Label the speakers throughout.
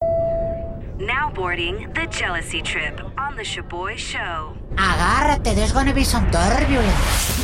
Speaker 1: Now boarding the jealousy trip on the Shaboy Show.
Speaker 2: Agárrate, there's gonna be some turbulence.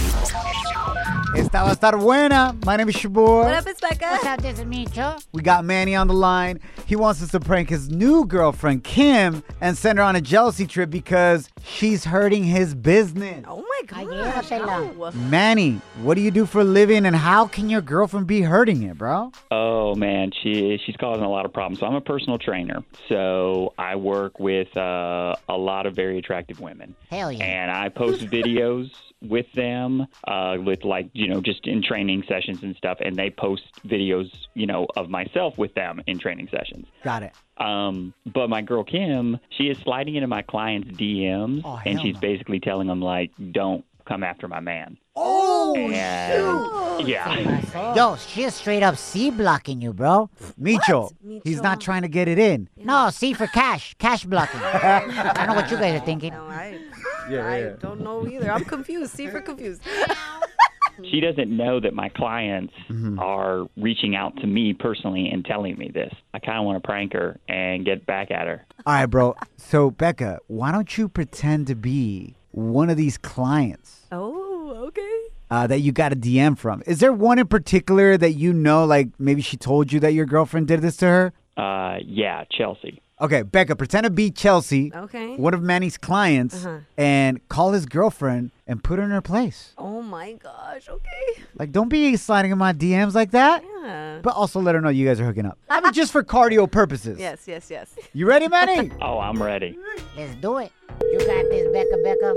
Speaker 3: Esta va a estar buena. My name is your boy.
Speaker 4: What up? It's Becca.
Speaker 2: What's up? This is Micho.
Speaker 3: We got Manny on the line. He wants us to prank his new girlfriend, Kim, and send her on a jealousy trip because she's hurting his business.
Speaker 4: Oh my
Speaker 2: Ay,
Speaker 4: gosh.
Speaker 2: llévatela.
Speaker 4: no.
Speaker 3: Manny, what do you do for a living and how can your girlfriend be hurting it, bro?
Speaker 5: Oh man, she she's causing a lot of problems. So I'm a personal trainer, so I work with uh, a lot of very attractive women,
Speaker 2: Hell yeah.
Speaker 5: and I post videos with them, uh, with like you know just in training sessions and stuff, and they post videos you know of myself with them in training sessions.
Speaker 3: Got it.
Speaker 5: Um, but my girl Kim, she is sliding into my clients' DMs,
Speaker 3: Oh, hell
Speaker 5: and she's
Speaker 3: no.
Speaker 5: basically telling them like, "Don't come after my man."
Speaker 3: Oh,
Speaker 5: And- yeah.
Speaker 2: Yo, she is straight up C blocking you, bro.
Speaker 3: Micho,
Speaker 4: Micho.
Speaker 3: he's not trying to get it in.
Speaker 2: No, C for cash. Cash blocking. I don't know what you guys are thinking.
Speaker 4: No, I, I don't know either. I'm confused. See, for confused.
Speaker 5: She doesn't know that my clients are reaching out to me personally and telling me this. I kind of want to prank her and get back at her.
Speaker 3: All right, bro. So, Becca, why don't you pretend to be one of these clients
Speaker 4: Oh, okay.
Speaker 3: uh, that you got a DM from? Is there one in particular that you know, like maybe she told you that your girlfriend did this to her?
Speaker 5: Uh, yeah, Chelsea.
Speaker 3: Okay, Becca, pretend to be Chelsea,
Speaker 4: Okay. Uh-huh.
Speaker 3: one of Manny's clients, and call his girlfriend and put her in her place.
Speaker 4: Oh my gosh. Okay.
Speaker 3: Like, don't be sliding in my DMs like that.
Speaker 4: Yeah.
Speaker 3: But also let her know you guys are hooking up. I mean, just for cardio purposes.
Speaker 4: Yes, yes, yes.
Speaker 3: You ready, Manny?
Speaker 5: Oh, I'm ready.
Speaker 2: Let's do it. You got this, Becca, Becca.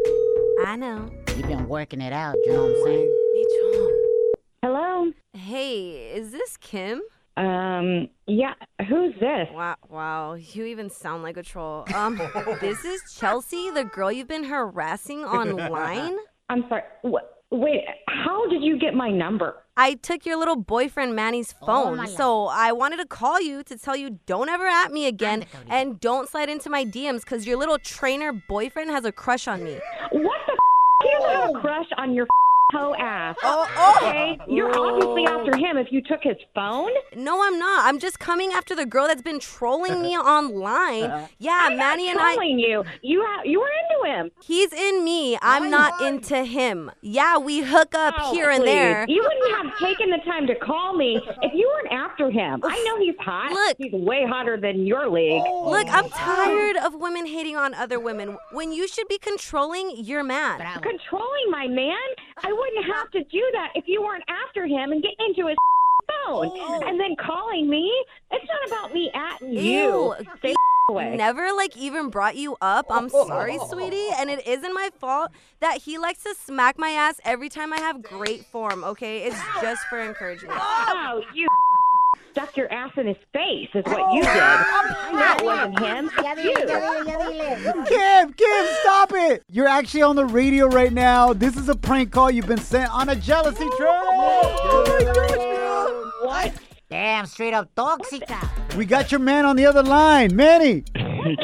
Speaker 4: I know.
Speaker 2: You've been working it out, you know what I'm saying?
Speaker 4: Mitchell.
Speaker 6: Hello.
Speaker 4: Hey, is this Kim?
Speaker 6: Um. Yeah. Who's this?
Speaker 4: Wow, wow, you even sound like a troll. Um, this is Chelsea, the girl you've been harassing online.
Speaker 6: I'm sorry. Wh- wait. How did you get my number?
Speaker 4: I took your little boyfriend Manny's phone,
Speaker 2: my
Speaker 4: so I wanted to call you to tell you don't ever at me again and don't slide into my DMs because your little trainer boyfriend has a crush on me.
Speaker 6: What the? F- you don't have a crush on your f- hoe ass.
Speaker 4: Oh, oh!
Speaker 6: Okay. You're obviously after him if you took his phone.
Speaker 4: No, I'm not. I'm just coming after the girl that's been trolling me online. Yeah, Manny and I.
Speaker 6: Telling you, you ha- you were into him.
Speaker 4: He's in me. I'm not into him. Yeah, we hook up
Speaker 6: Oh,
Speaker 4: here and
Speaker 6: please.
Speaker 4: there.
Speaker 6: You wouldn't have taken the time to call me if you weren't after him. I know he's hot.
Speaker 4: Look.
Speaker 6: he's way hotter than your league.
Speaker 4: Look, I'm tired of women hating on other women when you should be controlling your man.
Speaker 2: Bravo.
Speaker 6: Controlling my man, I wouldn't have to do that if you weren't after him and getting into his phone and then calling me. It's not about me at you.
Speaker 4: Oh. Ew.
Speaker 6: Stay away.
Speaker 4: Never like even brought you up. I'm sorry, sweetie, and it isn't my fault that he likes to smack my ass every time I have great form, okay? It's just for encouragement.
Speaker 6: Oh, you stuck your ass in his face is
Speaker 4: Oh,
Speaker 6: what you did. That wasn't him.
Speaker 2: Ya
Speaker 6: You.
Speaker 2: dile, ya dile, ya dile.
Speaker 3: Kim, Kim, stop it! You're actually on the radio right now. This is a prank call. You've been sent on a jealousy trip.
Speaker 4: Oh
Speaker 6: What?
Speaker 2: Damn, straight up toxica.
Speaker 3: We got your man on the other line, Manny.
Speaker 5: Kim,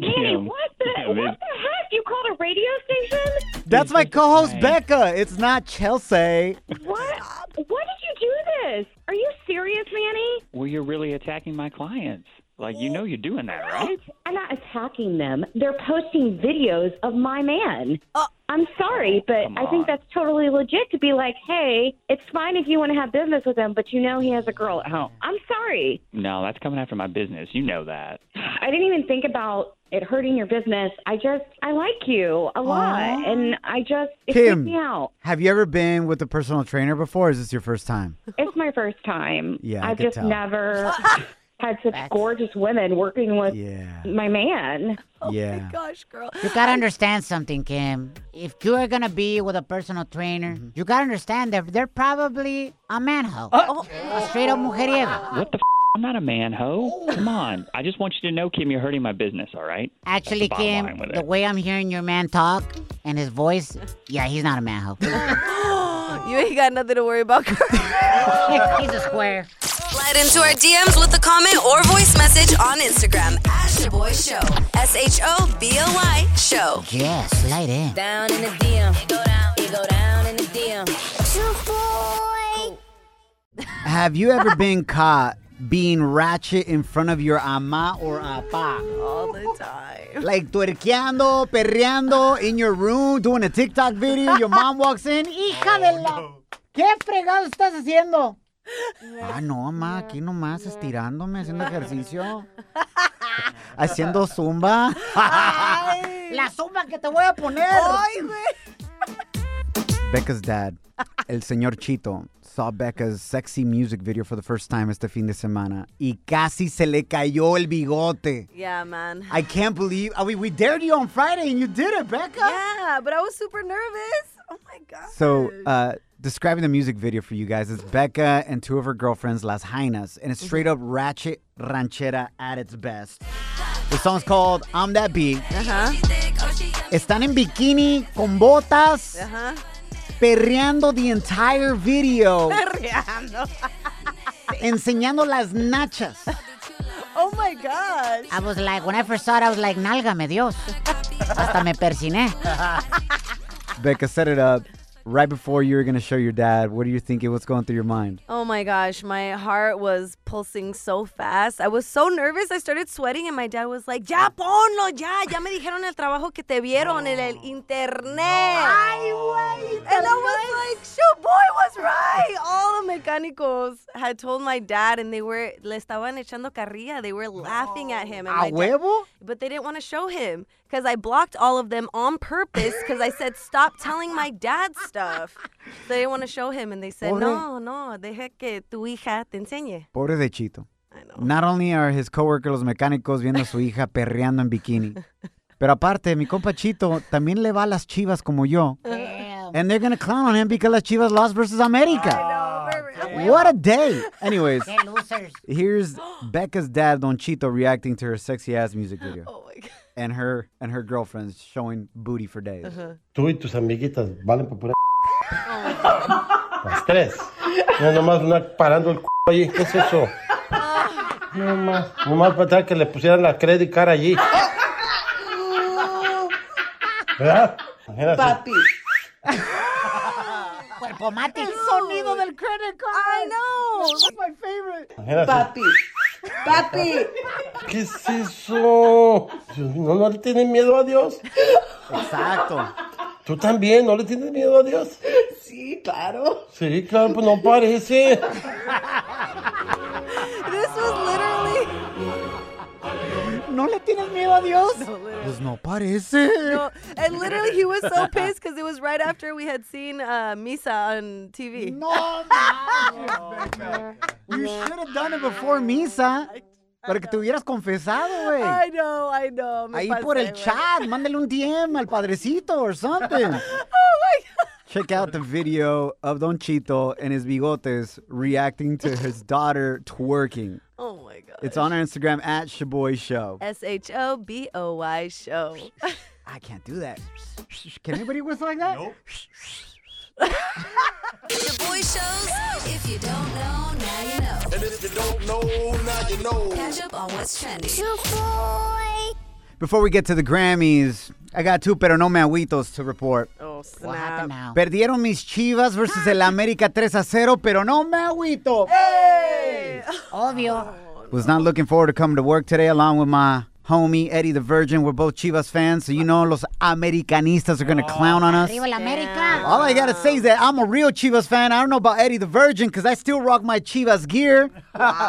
Speaker 6: Hey,
Speaker 5: Kim.
Speaker 6: what the,
Speaker 5: Kim,
Speaker 6: what the
Speaker 5: it's-
Speaker 6: heck? You called a radio station?
Speaker 3: That's my co-host Becca. It's not Chelsea.
Speaker 6: What? Why did you do this? Are you serious, Manny?
Speaker 5: well, you're really attacking my clients. Like, you know you're doing that, right?
Speaker 6: I'm not attacking them. They're posting videos of my man. I'm sorry, but
Speaker 5: Oh. Come
Speaker 6: I think
Speaker 5: on.
Speaker 6: that's totally legit to be like, hey, it's fine if you want to have business with him, but you know he has a girl at home. I'm sorry.
Speaker 5: No, that's coming after my business. You know that.
Speaker 6: I didn't even think about it hurting your business. I just, I like you a lot, and I just, it
Speaker 3: Kim.
Speaker 6: freaked me out.
Speaker 3: Have you ever been with a personal trainer before? Or is this your first time?
Speaker 6: It's my first time.
Speaker 3: Yeah, I
Speaker 6: I've
Speaker 3: could
Speaker 6: just
Speaker 3: tell.
Speaker 6: never had such
Speaker 2: Facts.
Speaker 6: gorgeous women working with
Speaker 3: Yeah.
Speaker 4: Oh
Speaker 6: my man.
Speaker 3: yeah.
Speaker 4: Gosh, girl.
Speaker 2: You gotta understand something, Kim. If you are gonna be with a personal trainer, you gotta understand that they're probably a manhole. A straight up mujeriego.
Speaker 5: What the f- I'm not a man hoe. Come on. I just want you to know, Kim, you're hurting my business, all right?
Speaker 2: Actually,
Speaker 5: That's the bottom
Speaker 2: Kim,
Speaker 5: line with
Speaker 2: the
Speaker 5: it.
Speaker 2: way I'm hearing your man talk and his voice, yeah, he's not a man hoe.
Speaker 4: You ain't got nothing to worry about.
Speaker 2: he's a square.
Speaker 1: Slide into our DMs with a comment or voice message on Instagram at Shaboy Show. S H O B O Y Show.
Speaker 2: Yeah, slide in.
Speaker 1: Down in the DM. It go down. It go down in the DM.
Speaker 3: Have you ever been caught being ratchet in front of your ama or apa?
Speaker 4: All the time.
Speaker 3: Like tuerqueando, perreando in your room, doing a TikTok video, your mom walks in, hija de la...
Speaker 4: Oh,
Speaker 3: ¿Qué fregado estás haciendo? Ah, no, ma, aquí nomás estirándome, haciendo ejercicio. Haciendo zumba.
Speaker 2: La zumba que te voy a poner.
Speaker 3: Becca's dad, el señor Chito, saw Becca's sexy music video for the first time este fin de semana y casi se le cayó el bigote.
Speaker 4: Yeah, man.
Speaker 3: I can't believe I mean, we dared you on Friday and you did it, Becca.
Speaker 4: Yeah, but I was super nervous. Oh my god.
Speaker 3: So, uh, describing the music video for you guys is Becca and two of her girlfriends, Las Jainas, and it's straight up ratchet ranchera at its best. The song's called I'm That Beat.
Speaker 1: Uh-huh,
Speaker 4: Uh huh.
Speaker 3: Están en bikini con botas,
Speaker 4: Uh
Speaker 1: uh-huh.
Speaker 4: huh.
Speaker 3: perreando the entire video, enseñando las nachas.
Speaker 4: Oh my gosh.
Speaker 2: I was like, when I first saw it, I was like, nálgame Dios. Hasta me persiné.
Speaker 3: Becca, set it up right before you were going to show your dad. What are you thinking? What's going through your mind?
Speaker 4: Oh my gosh, my heart was pulsing so fast. I was so nervous. I started sweating, and my dad was like, "Ya ponlo, ya, ya me dijeron el trabajo que te vieron en el internet." Ay, wait. And I was like, "Shoot, boy was right." All the mechanicals had told my dad, and they were le estaban echando carrilla. They were laughing at him. And my
Speaker 3: A
Speaker 4: dad-
Speaker 3: huevo?
Speaker 4: but they didn't want to show him because I blocked all of them on purpose because I said stop telling my dad stuff. They didn't want to show him, and they said
Speaker 3: Pobre-
Speaker 4: no, no, deja que tu hija te enseñe.
Speaker 3: Pobre de Chito.
Speaker 4: I know.
Speaker 3: Not only are his coworkers los mecánicos viendo a su hija perreando en bikini, pero aparte, mi compa Chito también le va a las chivas como yo. And they're gonna clown on him because las chivas lost versus America. What a day! Anyways,
Speaker 2: Qué losers.
Speaker 3: here's Becca's dad, Don Chito, reacting to her sexy ass music video.
Speaker 4: Oh.
Speaker 3: And her and her girlfriends showing booty for days.
Speaker 4: Uh-huh.
Speaker 7: Tú y tus amiguitas valen para pura. Las tres. No, nomás una parando el c. Oye, ¿qué es eso? No más. Nomás para que le pusieran la credit card allí. ¿Verdad? Imagínate.
Speaker 2: Cuerpo mate.
Speaker 4: I know.
Speaker 7: Imagínate. ¿Qué es eso? Dios, ¿No, no le tienes miedo a Dios?
Speaker 3: Exacto.
Speaker 7: ¿Tú también? ¿No le tienes miedo a Dios? Sí, claro. Sí, claro, pues no parece.
Speaker 4: This was literally.
Speaker 3: ¿No le tienes miedo a Dios? Pues no parece.
Speaker 4: No, and literally, he was so pissed because it was right after we had seen uh, Misa on TV.
Speaker 3: No manches, Becca. You should have done it before misa. Para que te hubieras confesado,
Speaker 4: I
Speaker 3: güey.
Speaker 4: know, I know. me
Speaker 3: Ahí por el
Speaker 4: pasé, güey.
Speaker 3: chat, mándale un DM al padrecito or something. Oh my God. Check out the video of Don Chito and his bigotes reacting to his daughter twerking.
Speaker 4: Oh my god.
Speaker 3: It's on our Instagram at Shaboy Show.
Speaker 4: S H O B O Y show.
Speaker 3: I can't do that. Can anybody whistle like that? Nope.
Speaker 1: Shaboy Shows. If you don't know, now you know. And if you don't know, now you know. Catch up on what's trending.
Speaker 3: Before we get to the Grammys, I got two pero no me agüitos to report.
Speaker 4: Oh
Speaker 2: What happened
Speaker 4: snap.
Speaker 2: now?
Speaker 3: Perdieron mis Chivas versus el América 3 a 0, pero no me agüito.
Speaker 2: Obvio.
Speaker 3: Was not looking forward to coming to work today along with my homie Eddie the Virgin. We're both Chivas fans, so you know los Americanistas are going to clown on us.
Speaker 2: Oh. Arriba la América.
Speaker 3: All I got to say is that I'm a real Chivas fan. I don't know about Eddie the Virgin because I still rock my Chivas gear,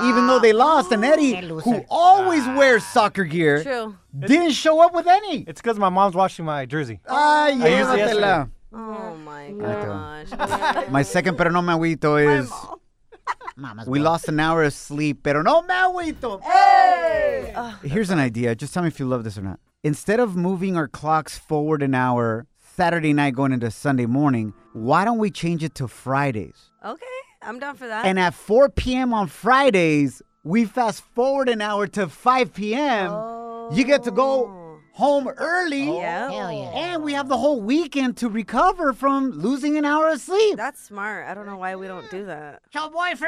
Speaker 3: even though they lost. And Eddie,
Speaker 2: Qué Ah. loser.
Speaker 3: who always wears soccer gear,
Speaker 4: True.
Speaker 3: didn't show up with any.
Speaker 8: It's because my mom's washing my jersey.
Speaker 3: Ay,
Speaker 8: used it
Speaker 3: llévatela.
Speaker 4: Oh my
Speaker 3: Ahí
Speaker 4: gosh.
Speaker 3: My second pero no me agüito is...
Speaker 2: Mama's
Speaker 3: We
Speaker 2: boy.
Speaker 3: lost an hour of sleep, pero no me agüito. Here's an idea. Just tell me if you love this or not. Instead of moving our clocks forward an hour, Saturday night going into Sunday morning, why don't we change it to Fridays?
Speaker 4: okay, I'm down for that.
Speaker 3: And at 4 p.m. on Fridays, We fast forward an hour to 5 p.m. You get to go home early.
Speaker 4: Yeah.
Speaker 3: And we have the whole weekend to recover from losing an hour of sleep.
Speaker 4: That's smart. I don't know why we don't do that.
Speaker 2: Yo voy for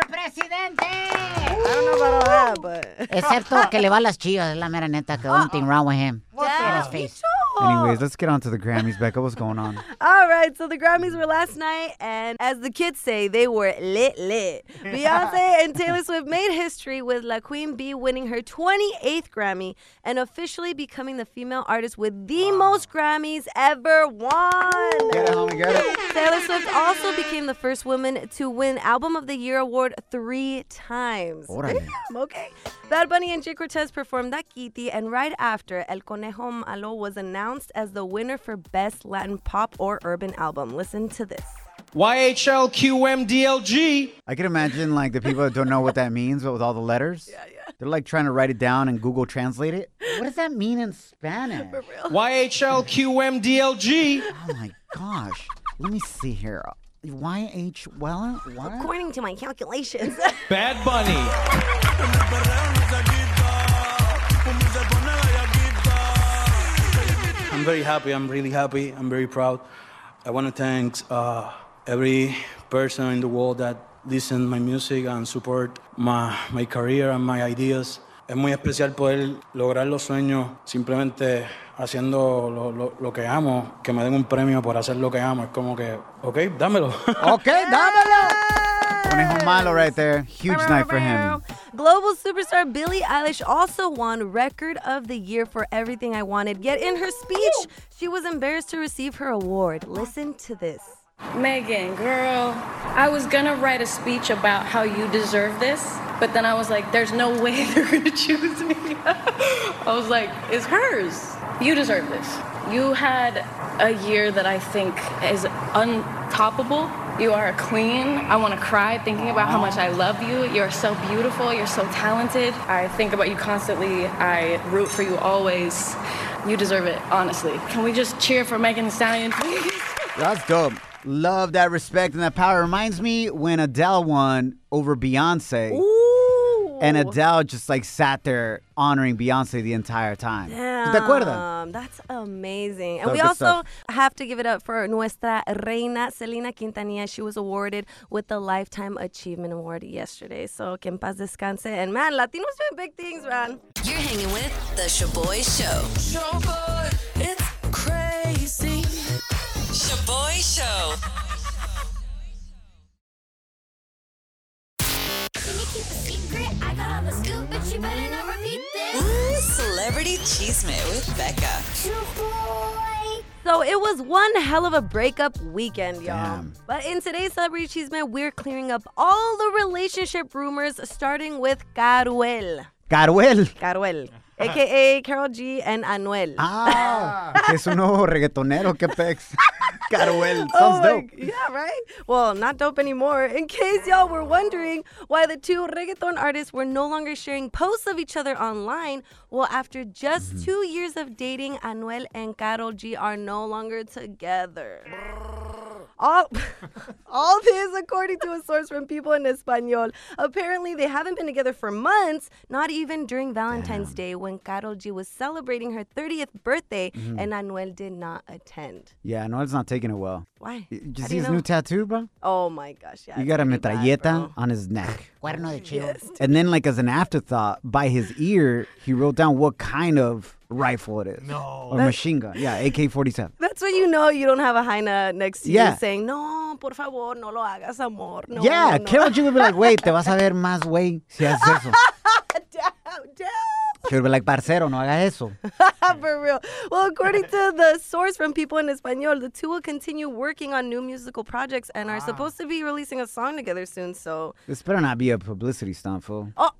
Speaker 2: presidente.
Speaker 4: I don't know about all that, but.
Speaker 2: Excepto que le va a las chivas, es la mera neta, que don't thing wrong with him. In his face.
Speaker 3: Anyways, let's get on to the Grammys, Becca. What's going on?
Speaker 4: All right, so the Grammys were last night, and as the kids say, they were lit lit. Beyonce and Taylor Swift made history with La Queen Bee winning her 28th Grammy and officially becoming the female artist with the most Grammys ever won.
Speaker 3: Get it, homie, get it.
Speaker 4: Taylor Swift also became the first woman to win Album of the Year award three times.
Speaker 3: Órale.
Speaker 4: Damn, okay. Bad Bunny and Jay Cortez performed that Kitty, and right after, El Conejo Malo was announced as the winner for Best Latin Pop or Urban Album. Listen to this.
Speaker 9: YHLQMDLG.
Speaker 3: I can imagine like the people that don't know what that means, but with all the letters. Yeah, yeah. They're like trying to write it down and Google translate it. What does that mean in Spanish?
Speaker 9: YHLQMDLG.
Speaker 3: Oh my gosh. Let me see here. YH well what?
Speaker 4: According to my calculations,
Speaker 9: Bad Bunny.
Speaker 10: I'm very happy. I'm really happy. I'm very proud. I want to thank uh, every person in the world that listen my music and support my, my career and my ideas. Es muy especial poder lograr los sueños simplemente haciendo lo, lo- lo que amo, que me den un premio por hacer lo que amo. Es como que, ok, dámelo.
Speaker 3: Okay, dámelo. Conejo malo right there. Huge night for him.
Speaker 4: Global superstar Billie Eilish also won Record of the Year for Everything I Wanted. Yet in her speech, she was embarrassed to receive her award. Listen to this.
Speaker 11: Megan, girl, I was gonna write a speech about how you deserve this, but then I was like, there's no way they're gonna choose me. I was like, it's hers. You deserve this. You had a year that I think is untoppable. You are a queen. I wanna cry thinking about how much I love you. You're so beautiful. You're so talented. I think about you constantly. I root for you always. You deserve it, honestly. Can we just cheer for Megan Thee Stallion, please?
Speaker 3: That's dope. Love that respect and that power. Reminds me when Adele won over Beyonce.
Speaker 4: Ooh.
Speaker 3: And Adele just like sat there honoring Beyonce the entire time. ¿Te acuerdas?
Speaker 4: Damn, Um, That's amazing.
Speaker 3: So
Speaker 4: And we
Speaker 3: good
Speaker 4: also
Speaker 3: stuff.
Speaker 4: have to give it up for nuestra reina Selena Quintanilla. She was awarded with the Lifetime Achievement Award yesterday. So que en paz descanse. And man, Latinos doing big things, man.
Speaker 1: You're hanging with The Shaboy Show.
Speaker 12: Shaboy, it's crazy. Shaboy Show.
Speaker 1: Ooh, Celebrity Cheesemate with Becca.
Speaker 4: So it was one hell of a breakup weekend, y'all.
Speaker 3: Damn.
Speaker 4: But in today's Celebrity Cheeseman, we're clearing up all the relationship rumors, starting with Caruel.
Speaker 3: Caruel.
Speaker 4: Caruel, aka Carol G and Anuel.
Speaker 3: Ah, que es un nuevo reggaetonero, que pex. Caruel, sounds
Speaker 4: Oh my-
Speaker 3: dope.
Speaker 4: Yeah, right? Well, not dope anymore. In case y'all were wondering why the two reggaeton artists were no longer sharing posts of each other online, well, after just two years of dating, Anuel and Karol G are no longer together. All, all this according to a source from People in Español. Apparently, they haven't been together for months, not even during Valentine's Day when Karol G was celebrating her 30th birthday and Anuel did not attend.
Speaker 3: Yeah, Noel's not taking it well.
Speaker 4: Why?
Speaker 3: You you
Speaker 4: How do
Speaker 3: see
Speaker 4: you
Speaker 3: his
Speaker 4: know?
Speaker 3: new tattoo, bro?
Speaker 4: Oh my gosh, yeah.
Speaker 3: You
Speaker 4: it's
Speaker 3: got a
Speaker 4: pretty bad,
Speaker 3: metralleta
Speaker 4: bro.
Speaker 3: on his neck.
Speaker 2: Cuerno de chivo.
Speaker 3: And then, like, as an afterthought, by his ear, he wrote down what kind of rifle it is. No. Or machine gun. Yeah, AK 47.
Speaker 4: That's when you know you don't have a hyena next to
Speaker 3: Yeah.
Speaker 4: you saying, no, por favor, no lo hagas, amor. No,
Speaker 3: yeah,
Speaker 4: no, no."
Speaker 3: Carol G would be like, wait, te vas a ver más, güey, si haces eso.
Speaker 4: Damn, damn.
Speaker 3: She would be like, parcero, no hagas eso.
Speaker 4: For real. Well, according to the source from People in Espanol, the two will continue working on new musical projects and are supposed to be releasing a song together soon. So,
Speaker 3: This better not be a publicity stunt, fool.
Speaker 4: oh,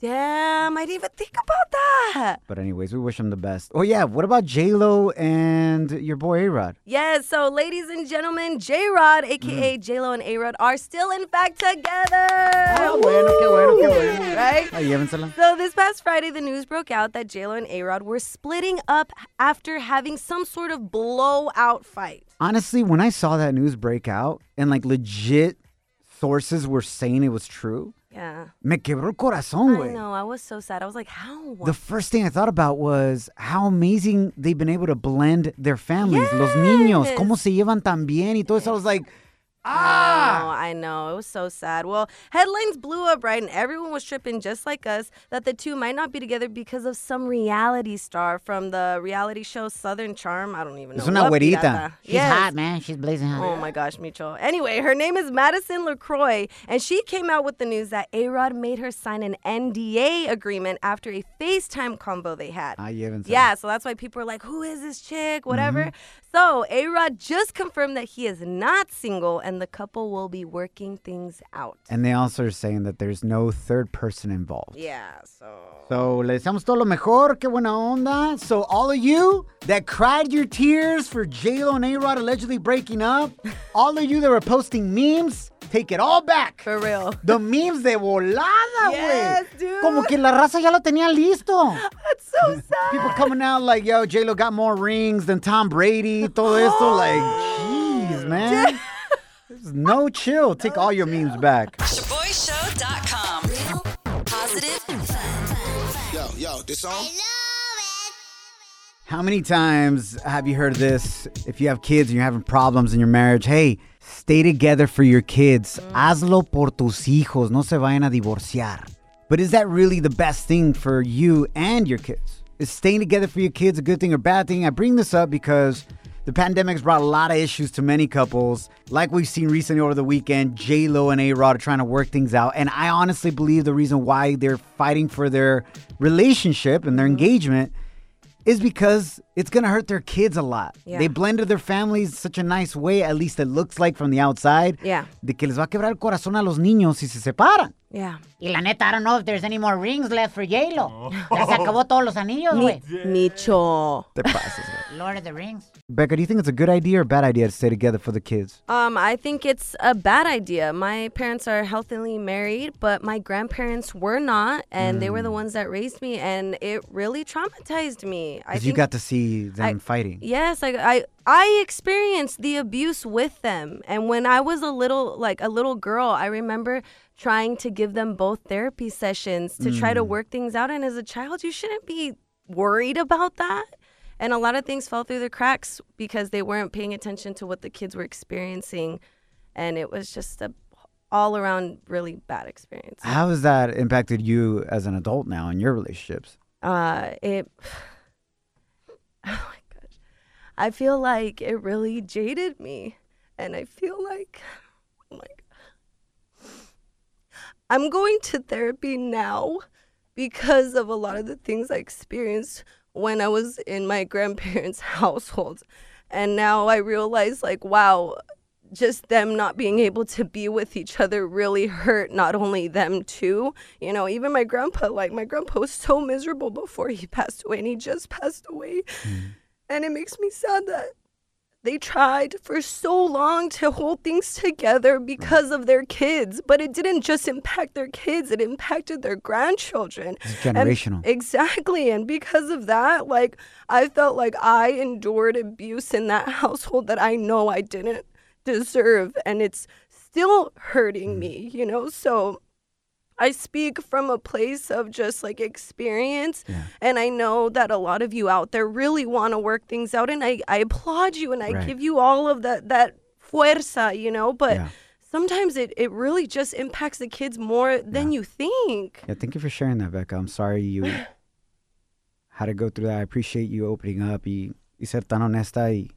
Speaker 4: damn, I didn't even think about that.
Speaker 3: But, anyways, we wish him the best. Oh, yeah, what about J-Lo and your boy A Rod?
Speaker 4: Yes, so ladies and gentlemen, J Rod,
Speaker 3: Mm.
Speaker 4: aka J Lo and A Rod, are still in fact together.
Speaker 3: Ah, bueno, qué bueno, qué bueno.
Speaker 4: Right?
Speaker 3: Ay, llévensela.
Speaker 4: So this past Friday, the news broke out that J Lo and A Rod were splitting up after having some sort of blowout fight.
Speaker 3: Honestly, when I saw that news break out and like legit sources were saying it was true,
Speaker 4: Yeah.
Speaker 3: Me quebró el corazón,
Speaker 4: I
Speaker 3: güey.
Speaker 4: know. I was so sad. I was like, how?
Speaker 3: The first thing I thought about was how amazing they've been able to blend their families, los niños, cómo se llevan tan bien y todo eso. I was like,
Speaker 4: Ah! I know. It was so sad. Well, headlines blew up, right? And everyone was tripping, just like us, that the two might not be together because of some reality star from the reality show Southern Charm. I don't even know.
Speaker 2: Es una
Speaker 4: what
Speaker 2: güerita.
Speaker 4: pirata.
Speaker 2: She's hot, man. She's blazing hot.
Speaker 4: Oh my gosh, Micho. Anyway, her name is Madison LaCroix, and she came out with the news that A Rod made her sign an NDA agreement after a FaceTime combo they had.
Speaker 3: ah, llévense.
Speaker 4: Yeah, so that's why people are like, who is this chick? Whatever.
Speaker 3: Mhm.
Speaker 4: So A Rod just confirmed that he is not single and the couple will be working things out.
Speaker 3: And they also are saying that there's no third person involved.
Speaker 4: Yeah, so.
Speaker 3: So, le deseamos todo lo mejor, qué buena onda. So, all of you that cried your tears for J-Lo and A-Rod allegedly breaking up, all of you that were posting memes, take it all back.
Speaker 4: For real.
Speaker 3: The memes de volada, güey.
Speaker 4: Yes, dude.
Speaker 3: Como que la raza ya lo tenía listo.
Speaker 4: That's so sad.
Speaker 3: People coming out like, yo, J-Lo got more rings than Tom Brady, todo esto, like,
Speaker 4: Oh.
Speaker 3: jeez, man. There's no chill. Take all your memes back.
Speaker 1: ShaboyShow.com. Real, positive,
Speaker 9: Yo, yo, this song?
Speaker 3: How many times have you heard this? If you have kids and you're having problems in your marriage, hey, stay together for your kids. Hazlo por tus hijos. No se vayan a divorciar. But is that really the best thing for you and your kids? Is staying together for your kids a good thing or bad thing? I bring this up because the pandemic's brought a lot of issues to many couples. Like we've seen recently over the weekend, J Lo and A Rod are trying to work things out. And I honestly believe the reason why they're fighting for their relationship and their engagement is because it's going to hurt their kids a lot.
Speaker 4: Yeah.
Speaker 3: They blended their families such a nice way, at least it looks like from the outside,
Speaker 4: Yeah.
Speaker 3: de que les va a quebrar el corazón a los niños si se separan.
Speaker 4: Yeah.
Speaker 2: Y la neta, I don't know if there's any more rings left for J-Lo. Ya se acabó todos los anillos, güey.
Speaker 4: Micho.
Speaker 3: Te pasas, güey.
Speaker 2: Lord of the Rings.
Speaker 3: Becca, do you think it's a good idea or a bad idea to stay together for the kids?
Speaker 4: Um, I think it's a bad idea. My parents are healthily married, but my grandparents were not, and they were the ones that raised me, and it really traumatized me. I
Speaker 3: Because you
Speaker 4: think
Speaker 3: got to see them fighting.
Speaker 4: Yes, I, I I experienced the abuse with them, and when I was a little like a little girl, I remember trying to give them both therapy sessions to try to
Speaker 1: Mm.
Speaker 4: work things out. And as a child, you shouldn't be worried about that. And a lot of things fell through the cracks because they weren't paying attention to what the kids were experiencing, and it was just a all around really bad experience.
Speaker 3: How has that impacted you as an adult now in your relationships?
Speaker 4: uh it oh my gosh i feel like it really jaded me and i feel like oh my God. i'm going to therapy now because of a lot of the things i experienced when i was in my grandparents household and now i realize like wow just them not being able to be with each other really hurt not only them too you know even my grandpa like my grandpa was so miserable before he passed away and he just passed away and it makes me sad that they tried for so long to hold things together because of their kids but it didn't just impact their kids it impacted their grandchildren
Speaker 3: It's
Speaker 4: And-
Speaker 3: generational.
Speaker 4: exactly and because of that like i felt like i endured abuse in that household that i know i didn't deserve and it's still hurting me you know so I speak from a place of just like experience. And I know that a lot of you out there really want to work things out. And I, I applaud you and I
Speaker 1: Right.
Speaker 4: give you all of that, that fuerza, you know? But sometimes it, it really just impacts the kids more than you think.
Speaker 3: Yeah, thank you for sharing that, Becca. I'm sorry you had to go through that. I appreciate you opening up y, y ser tan honesta y,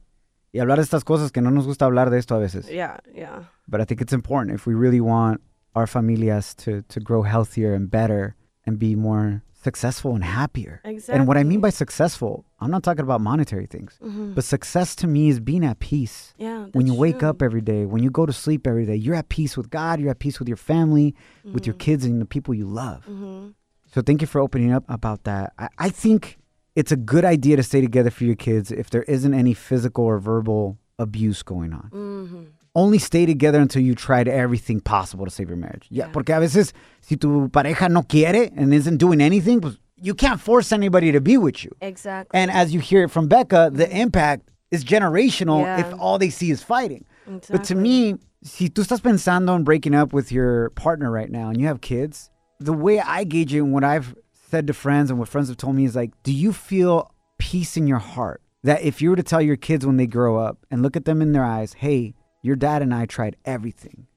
Speaker 3: y hablar de estas cosas que no nos gusta hablar de esto a veces.
Speaker 4: Yeah, yeah.
Speaker 3: But I think it's important if we really want our familias to, to grow healthier and better and be more successful and happier. And what I mean by successful, I'm not talking about monetary things,
Speaker 4: Mhm.
Speaker 3: but success to me is being at peace.
Speaker 4: Yeah,
Speaker 3: When you
Speaker 4: that's
Speaker 3: wake
Speaker 4: true.
Speaker 3: up every day, when you go to sleep every day, you're at peace with God, you're at peace with your family, with
Speaker 4: Mm-hmm.
Speaker 3: your kids, and the people you love.
Speaker 4: hmm
Speaker 3: So thank you for opening up about that. I, I think it's a good idea to stay together for your kids if there isn't any physical or verbal abuse going on.
Speaker 4: hmm
Speaker 3: Only stay together until you tried everything possible to save your marriage. Yeah, porque a veces si tu pareja no quiere and isn't doing anything, pues, you can't force anybody to be with you.
Speaker 4: Exactly. Mm-hmm.
Speaker 3: And as you hear it from Becca, the impact is generational
Speaker 4: Yeah.
Speaker 3: if all they see is fighting. But to me, si tú estás pensando on breaking up with your partner right now and you have kids, the way I gauge it and what I've said to friends and what friends have told me is like, do you feel peace in your heart? That if you were to tell your kids when they grow up and look at them in their eyes, hey, your dad and I tried everything.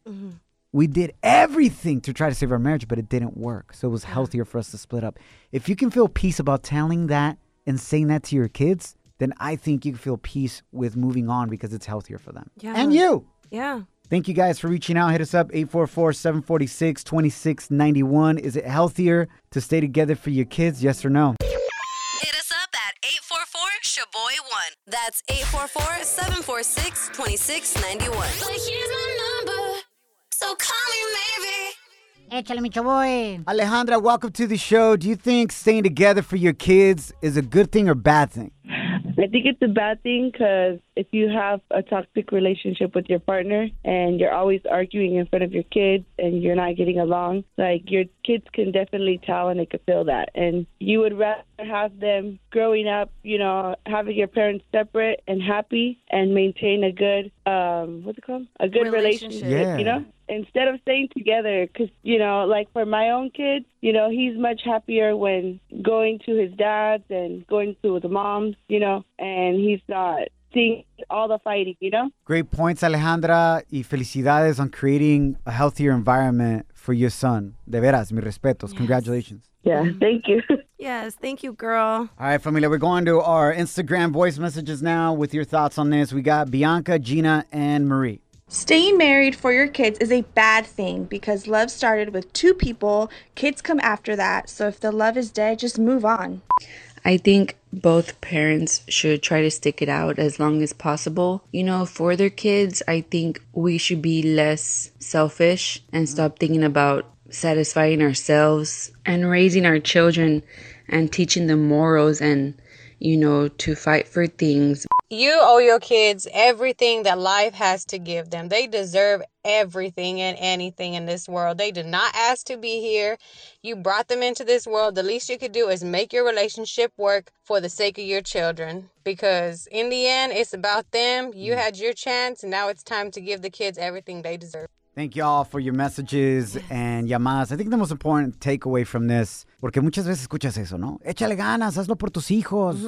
Speaker 3: We did everything to try to save our marriage, but it didn't work. So it was healthier for us to split up. If you can feel peace about telling that and saying that to your kids, then I think you can feel peace with moving on because it's healthier for them.
Speaker 4: Yeah.
Speaker 3: And you.
Speaker 4: Yeah.
Speaker 3: Thank you guys for reaching out. Hit us up 844 746 2691. Is it healthier to stay together for your kids? Yes or no?
Speaker 1: Hit us up at 844 Shaboy 1. That's 844 746 2691. here's my number. So call me, maybe.
Speaker 3: Échale, mi boy. Alejandra, welcome to the show. Do you think staying together for your kids is a good thing or bad thing?
Speaker 13: I think it's a bad thing because if you have a toxic relationship with your partner and you're always arguing in front of your kids and you're not getting along, like your kids can definitely tell and they could feel that. And you would rather have them growing up, you know, having your parents separate and happy and maintain a good, um, what's it called? A good
Speaker 14: Relationship.
Speaker 13: relationship,
Speaker 14: Yeah.
Speaker 13: you know? instead of staying together because you know like for my own kids you know he's much happier when going to his dad's and going to the mom's you know and he's not seeing all the fighting you know
Speaker 3: Great points, Alejandra, y felicidades on creating a healthier environment for your son. De veras, mis respetos. Congratulations.
Speaker 13: Yeah, thank you.
Speaker 4: Yes, thank you, girl.
Speaker 3: All right, familia, we're going to our Instagram voice messages now with your thoughts on this. We got Bianca, Gina, and Marie.
Speaker 15: Staying married for your kids is a bad thing because love started with two people. Kids come after that. So if the love is dead, just move on.
Speaker 16: I think both parents should try to stick it out as long as possible. You know, for their kids, I think we should be less selfish and stop thinking about satisfying ourselves and raising our children and teaching them morals and, you know, to fight for things.
Speaker 17: You owe your kids everything that life has to give them. They deserve everything and anything in this world. They did not ask to be here. You brought them into this world. The least you could do is make your relationship work for the sake of your children. Because in the end, it's about them. You had your chance. Now it's time to give the kids everything they deserve.
Speaker 3: Thank y'all for your messages and llamadas. I think the most important takeaway from this, porque muchas veces escuchas eso, ¿no? Échale ganas, hazlo por tus hijos.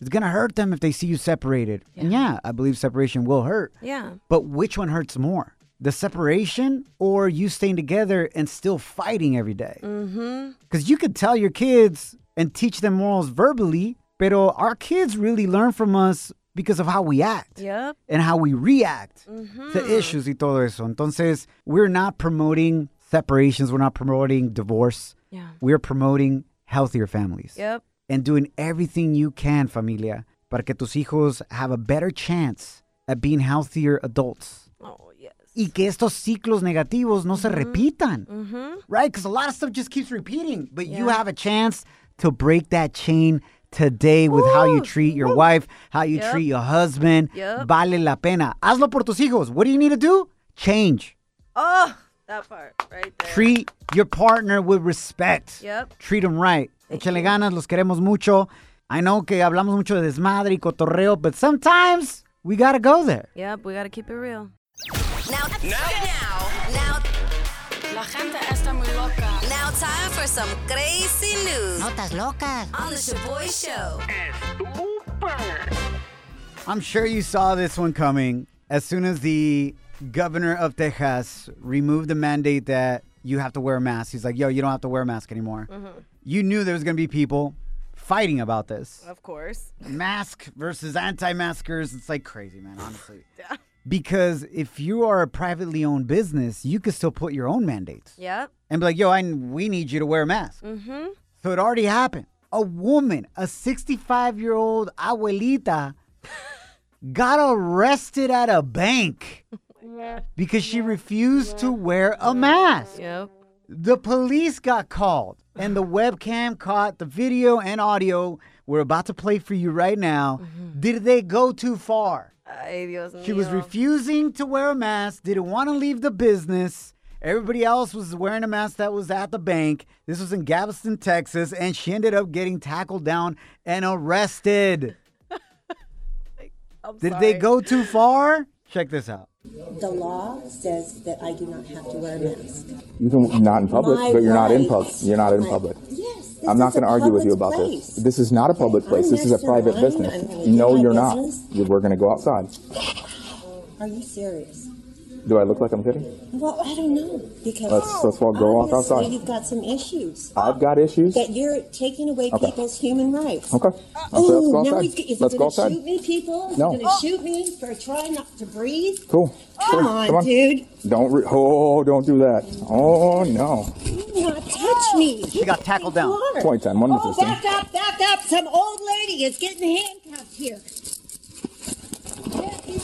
Speaker 3: It's gonna hurt them if they see you separated. And yeah, I believe separation will hurt.
Speaker 4: Yeah.
Speaker 3: But which one hurts more? The separation or you staying together and still fighting every day?
Speaker 4: Mm-hmm.
Speaker 3: Because you could tell your kids and teach them morals verbally, but our kids really learn from us because of how we act
Speaker 4: Yep.
Speaker 3: and how we react to
Speaker 4: Mhm.
Speaker 3: issues y todo eso. Entonces, we're not promoting separations, we're not promoting divorce.
Speaker 4: Yeah.
Speaker 3: We're promoting healthier families
Speaker 4: Yep.
Speaker 3: and doing everything you can, familia, para que tus hijos have a better chance at being healthier adults.
Speaker 4: Oh, yes.
Speaker 3: Y que estos ciclos negativos no se repitan.
Speaker 4: Mm-hmm.
Speaker 3: Right? Because a lot of stuff just keeps repeating, but you have a chance to break that chain today with how you treat your wife, how you
Speaker 4: Yep.
Speaker 3: treat your husband.
Speaker 4: Yep.
Speaker 3: Vale la pena. Hazlo por tus hijos. What do you need to do? Change.
Speaker 4: Oh, that part right there.
Speaker 3: Treat your partner with respect.
Speaker 4: Yep.
Speaker 3: Treat them right. Échale ganas, los queremos mucho. I know que hablamos mucho de desmadre y cotorreo, but sometimes we gotta go there.
Speaker 4: Yep, we got to keep it real.
Speaker 1: Now, now, now, La gente está muy loca. Now, time for some crazy news. Notas locas. On the Shaboy Show.
Speaker 3: I'm sure you saw this one coming. As soon as the governor of Texas removed the mandate that you have to wear a mask, he's like, yo, you don't have to wear a mask anymore.
Speaker 4: Mm-hmm.
Speaker 3: You knew there was going to be people fighting about this.
Speaker 4: Of course.
Speaker 3: Mask versus anti maskers. It's like crazy, man, honestly. Because if you are a privately owned business, you could still put your own mandates
Speaker 4: Yep.
Speaker 3: and be like, yo, I, we need you to wear a mask.
Speaker 4: Mm-hmm.
Speaker 3: So it already happened. A woman, a 65 year old abuelita, got arrested at a bank because she refused to wear a mask.
Speaker 4: Yep.
Speaker 3: The police got called, and the webcam caught the video and audio we're about to play for you right now. Did they go too far?
Speaker 4: Ay, Dios
Speaker 3: She was
Speaker 4: mío.
Speaker 3: refusing to wear a mask, didn't want to leave the business. Everybody else was wearing a mask that was at the bank. This was in Galveston, Texas, and she ended up getting tackled down and arrested.
Speaker 4: I'm
Speaker 3: Did
Speaker 4: sorry.
Speaker 3: they go too far? Check this out.
Speaker 5: The law says that I do not have to wear a mask.
Speaker 2: You can not in public,
Speaker 5: My
Speaker 2: but you're not in public.
Speaker 5: rights.
Speaker 2: You're not in
Speaker 5: My-
Speaker 2: public.
Speaker 5: Yes,
Speaker 2: I'm not going to argue with you about this. This is not a public place. this is a
Speaker 5: next in
Speaker 2: private
Speaker 5: line. I'm
Speaker 2: business.
Speaker 5: gonna do
Speaker 2: No,
Speaker 5: my
Speaker 2: you're not.
Speaker 5: business.
Speaker 2: You- We're going to go outside.
Speaker 5: Are you serious?
Speaker 2: Do I look like I'm kidding?
Speaker 5: Well, I don't know because
Speaker 2: Let's- let's walk- go walk
Speaker 5: obviously
Speaker 2: outside.
Speaker 5: You've got some issues
Speaker 2: I've got issues.
Speaker 5: that you're taking away
Speaker 2: Okay.
Speaker 5: people's human rights.
Speaker 2: Okay. I'll say
Speaker 5: Oh, now
Speaker 2: let's
Speaker 5: he's,
Speaker 2: go
Speaker 5: is
Speaker 2: outside. Let's
Speaker 5: he
Speaker 2: go
Speaker 5: going to
Speaker 2: outside.
Speaker 5: shoot me, people? Is
Speaker 2: No.
Speaker 5: he going to shoot me for trying not to breathe?
Speaker 2: Cool.
Speaker 5: Come on, dude.
Speaker 2: Don't. Re- oh, don't do that. Oh no.
Speaker 5: Do not touch me. She got tackled down.
Speaker 2: Point time. One minute,
Speaker 5: Oh,
Speaker 2: this thing.
Speaker 5: back up, back up. Some old lady is getting handcuffed here.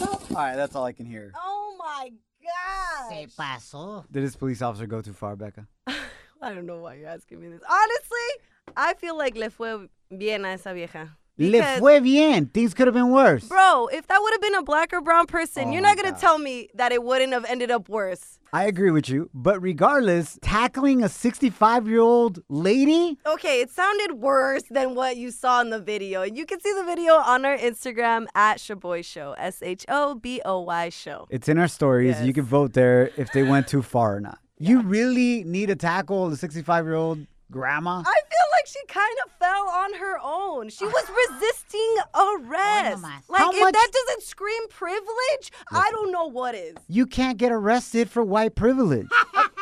Speaker 3: All right, that's all I can hear.
Speaker 4: Oh my god.
Speaker 18: Se pasó.
Speaker 3: Did this police officer go too far, Becca?
Speaker 4: I don't know why you're asking me this. Honestly, I feel like le fue bien a esa vieja.
Speaker 3: Le fue bien. Things could have been worse.
Speaker 4: Bro, if that would have been a black or brown person, you're
Speaker 3: Oh,
Speaker 4: not gonna tell me that it wouldn't have ended up worse.
Speaker 3: I agree with you, but regardless, tackling a 65 year old lady?
Speaker 4: Okay, it sounded worse than what you saw in the video. And you can see the video on our Instagram at Shaboy Show. S H O B O Y Show.
Speaker 3: It's in our stories. You can vote there if they went too far or not. You really need to tackle the 65 year old grandma?
Speaker 4: I feel like she kind of fell on her own. She was resisting arrest. Like,
Speaker 3: How
Speaker 4: if
Speaker 3: much-
Speaker 4: that doesn't scream privilege, I don't know what is.
Speaker 3: You can't get arrested for white privilege.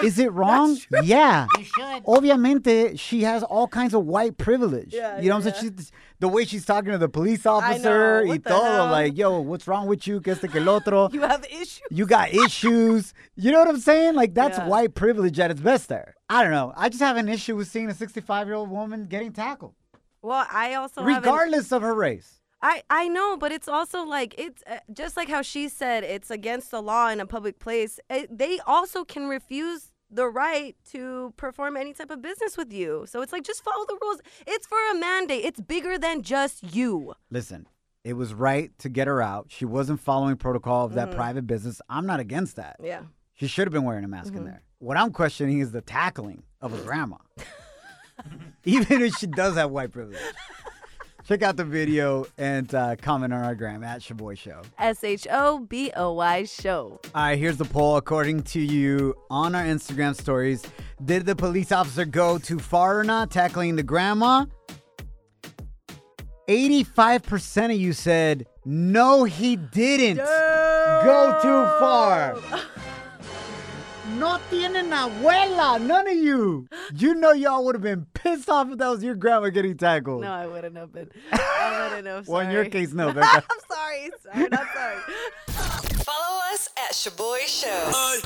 Speaker 3: Is it wrong? Yeah. You should. Obviamente, she has all kinds of white privilege.
Speaker 4: Yeah,
Speaker 3: you know what I'm saying? She's- the way she's talking to the police officer y
Speaker 4: what the
Speaker 3: todo,
Speaker 4: hell?
Speaker 3: like, yo, what's wrong with you? Que este que el otro.
Speaker 4: You have issues.
Speaker 3: You got issues. You know what I'm saying? Like, that's
Speaker 4: Yeah.
Speaker 3: white privilege at its best there. I don't know. I just have an issue with seeing a 65 year old woman getting tackled,
Speaker 4: Well, I also have an-
Speaker 3: regardless of her race.
Speaker 4: I, I know, but it's also like it's uh, just like how she said it's against the law in a public place. It, they also can refuse the right to perform any type of business with you. So it's like just follow the rules. It's for a mandate. It's bigger than just you.
Speaker 3: Listen, it was right to get her out. She wasn't following protocol of that
Speaker 4: Mhm.
Speaker 3: private business. I'm not against that.
Speaker 4: Yeah.
Speaker 3: She should have been wearing a mask in
Speaker 4: Mhm.
Speaker 3: there. What I'm questioning is the tackling of a grandma. Even if she does have white privilege. Check out the video and uh, comment on our gram at Shaboy Show.
Speaker 4: S H O B O Y show.
Speaker 3: All right, here's the poll. According to you on our Instagram stories, did the police officer go too far or not tackling the grandma? 85% of you said, no, he didn't go too far. No tienen abuela, none of you. You know, y'all would have been pissed off if that was your grandma getting tackled.
Speaker 4: No, Oh, I wouldn't have been. I wouldn't have.
Speaker 3: Well, in your
Speaker 4: sorry.
Speaker 3: case, no,
Speaker 4: I'm
Speaker 3: Becca.
Speaker 4: sorry. Sorry, not sorry.
Speaker 19: Follow us at Shaboy Show.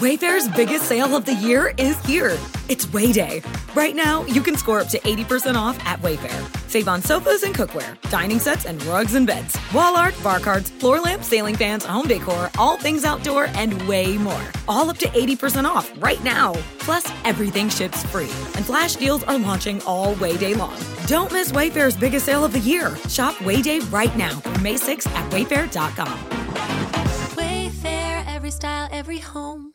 Speaker 17: Wayfair's biggest sale of the year is here. It's Way Day. Right now, you can score up to 80% off at Wayfair. Save on sofas and cookware, dining sets and rugs and beds, wall art, bar cards, floor lamps, ceiling fans, home decor, all things outdoor, and way more. All up to 80% off right now. Plus, everything ships free. And flash deals are launching all Way Day long. Don't miss Wayfair's biggest sale of the year. Shop Way Day right now through May 6th at wayfair.com.
Speaker 20: Wayfair, every style, every home.